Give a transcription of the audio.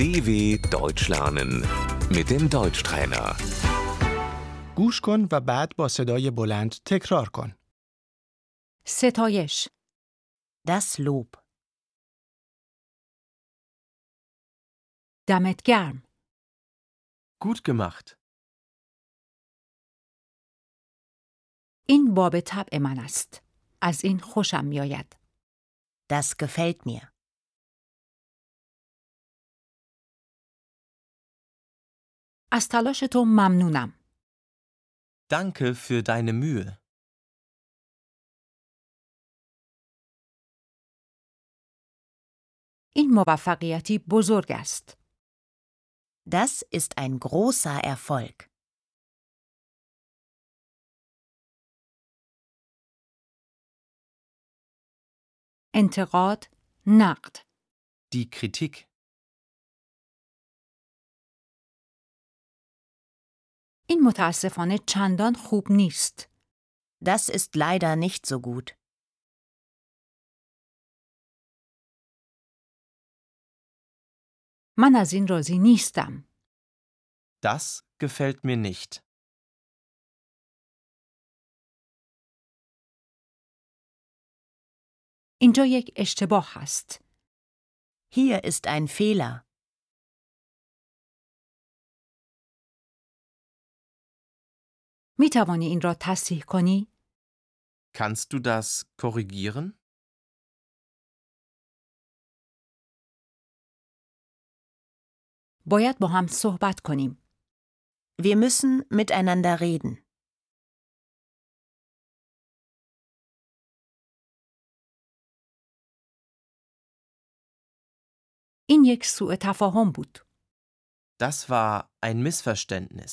DW Deutsch lernen mit dem Deutschtrainer. گوش کن و بعد با صدای بلند تکرار کن. ستایش Das Lob. دمت گرم Gut gemacht. این باب طبع من است از این خوشم میآید Das gefällt mir. از تلاش تو ممنونم Danke für deine Mühe. این موفقیتی بزرگ است Das ist ein großer Erfolg. انتقاد نقد Die Kritik. این متاسفانه چندان خوب نیست Das ist leider nicht so gut. من از این راضی نیستم Das gefällt mir nicht. اینجا یک اشتباه است Hier ist ein Fehler. می توانی این را تصحیح کنی Kannst du das korrigieren? باید با هم صحبت کنیم Wir müssen miteinander reden. این یک سوء تفاهم بود Das war ein Missverständnis.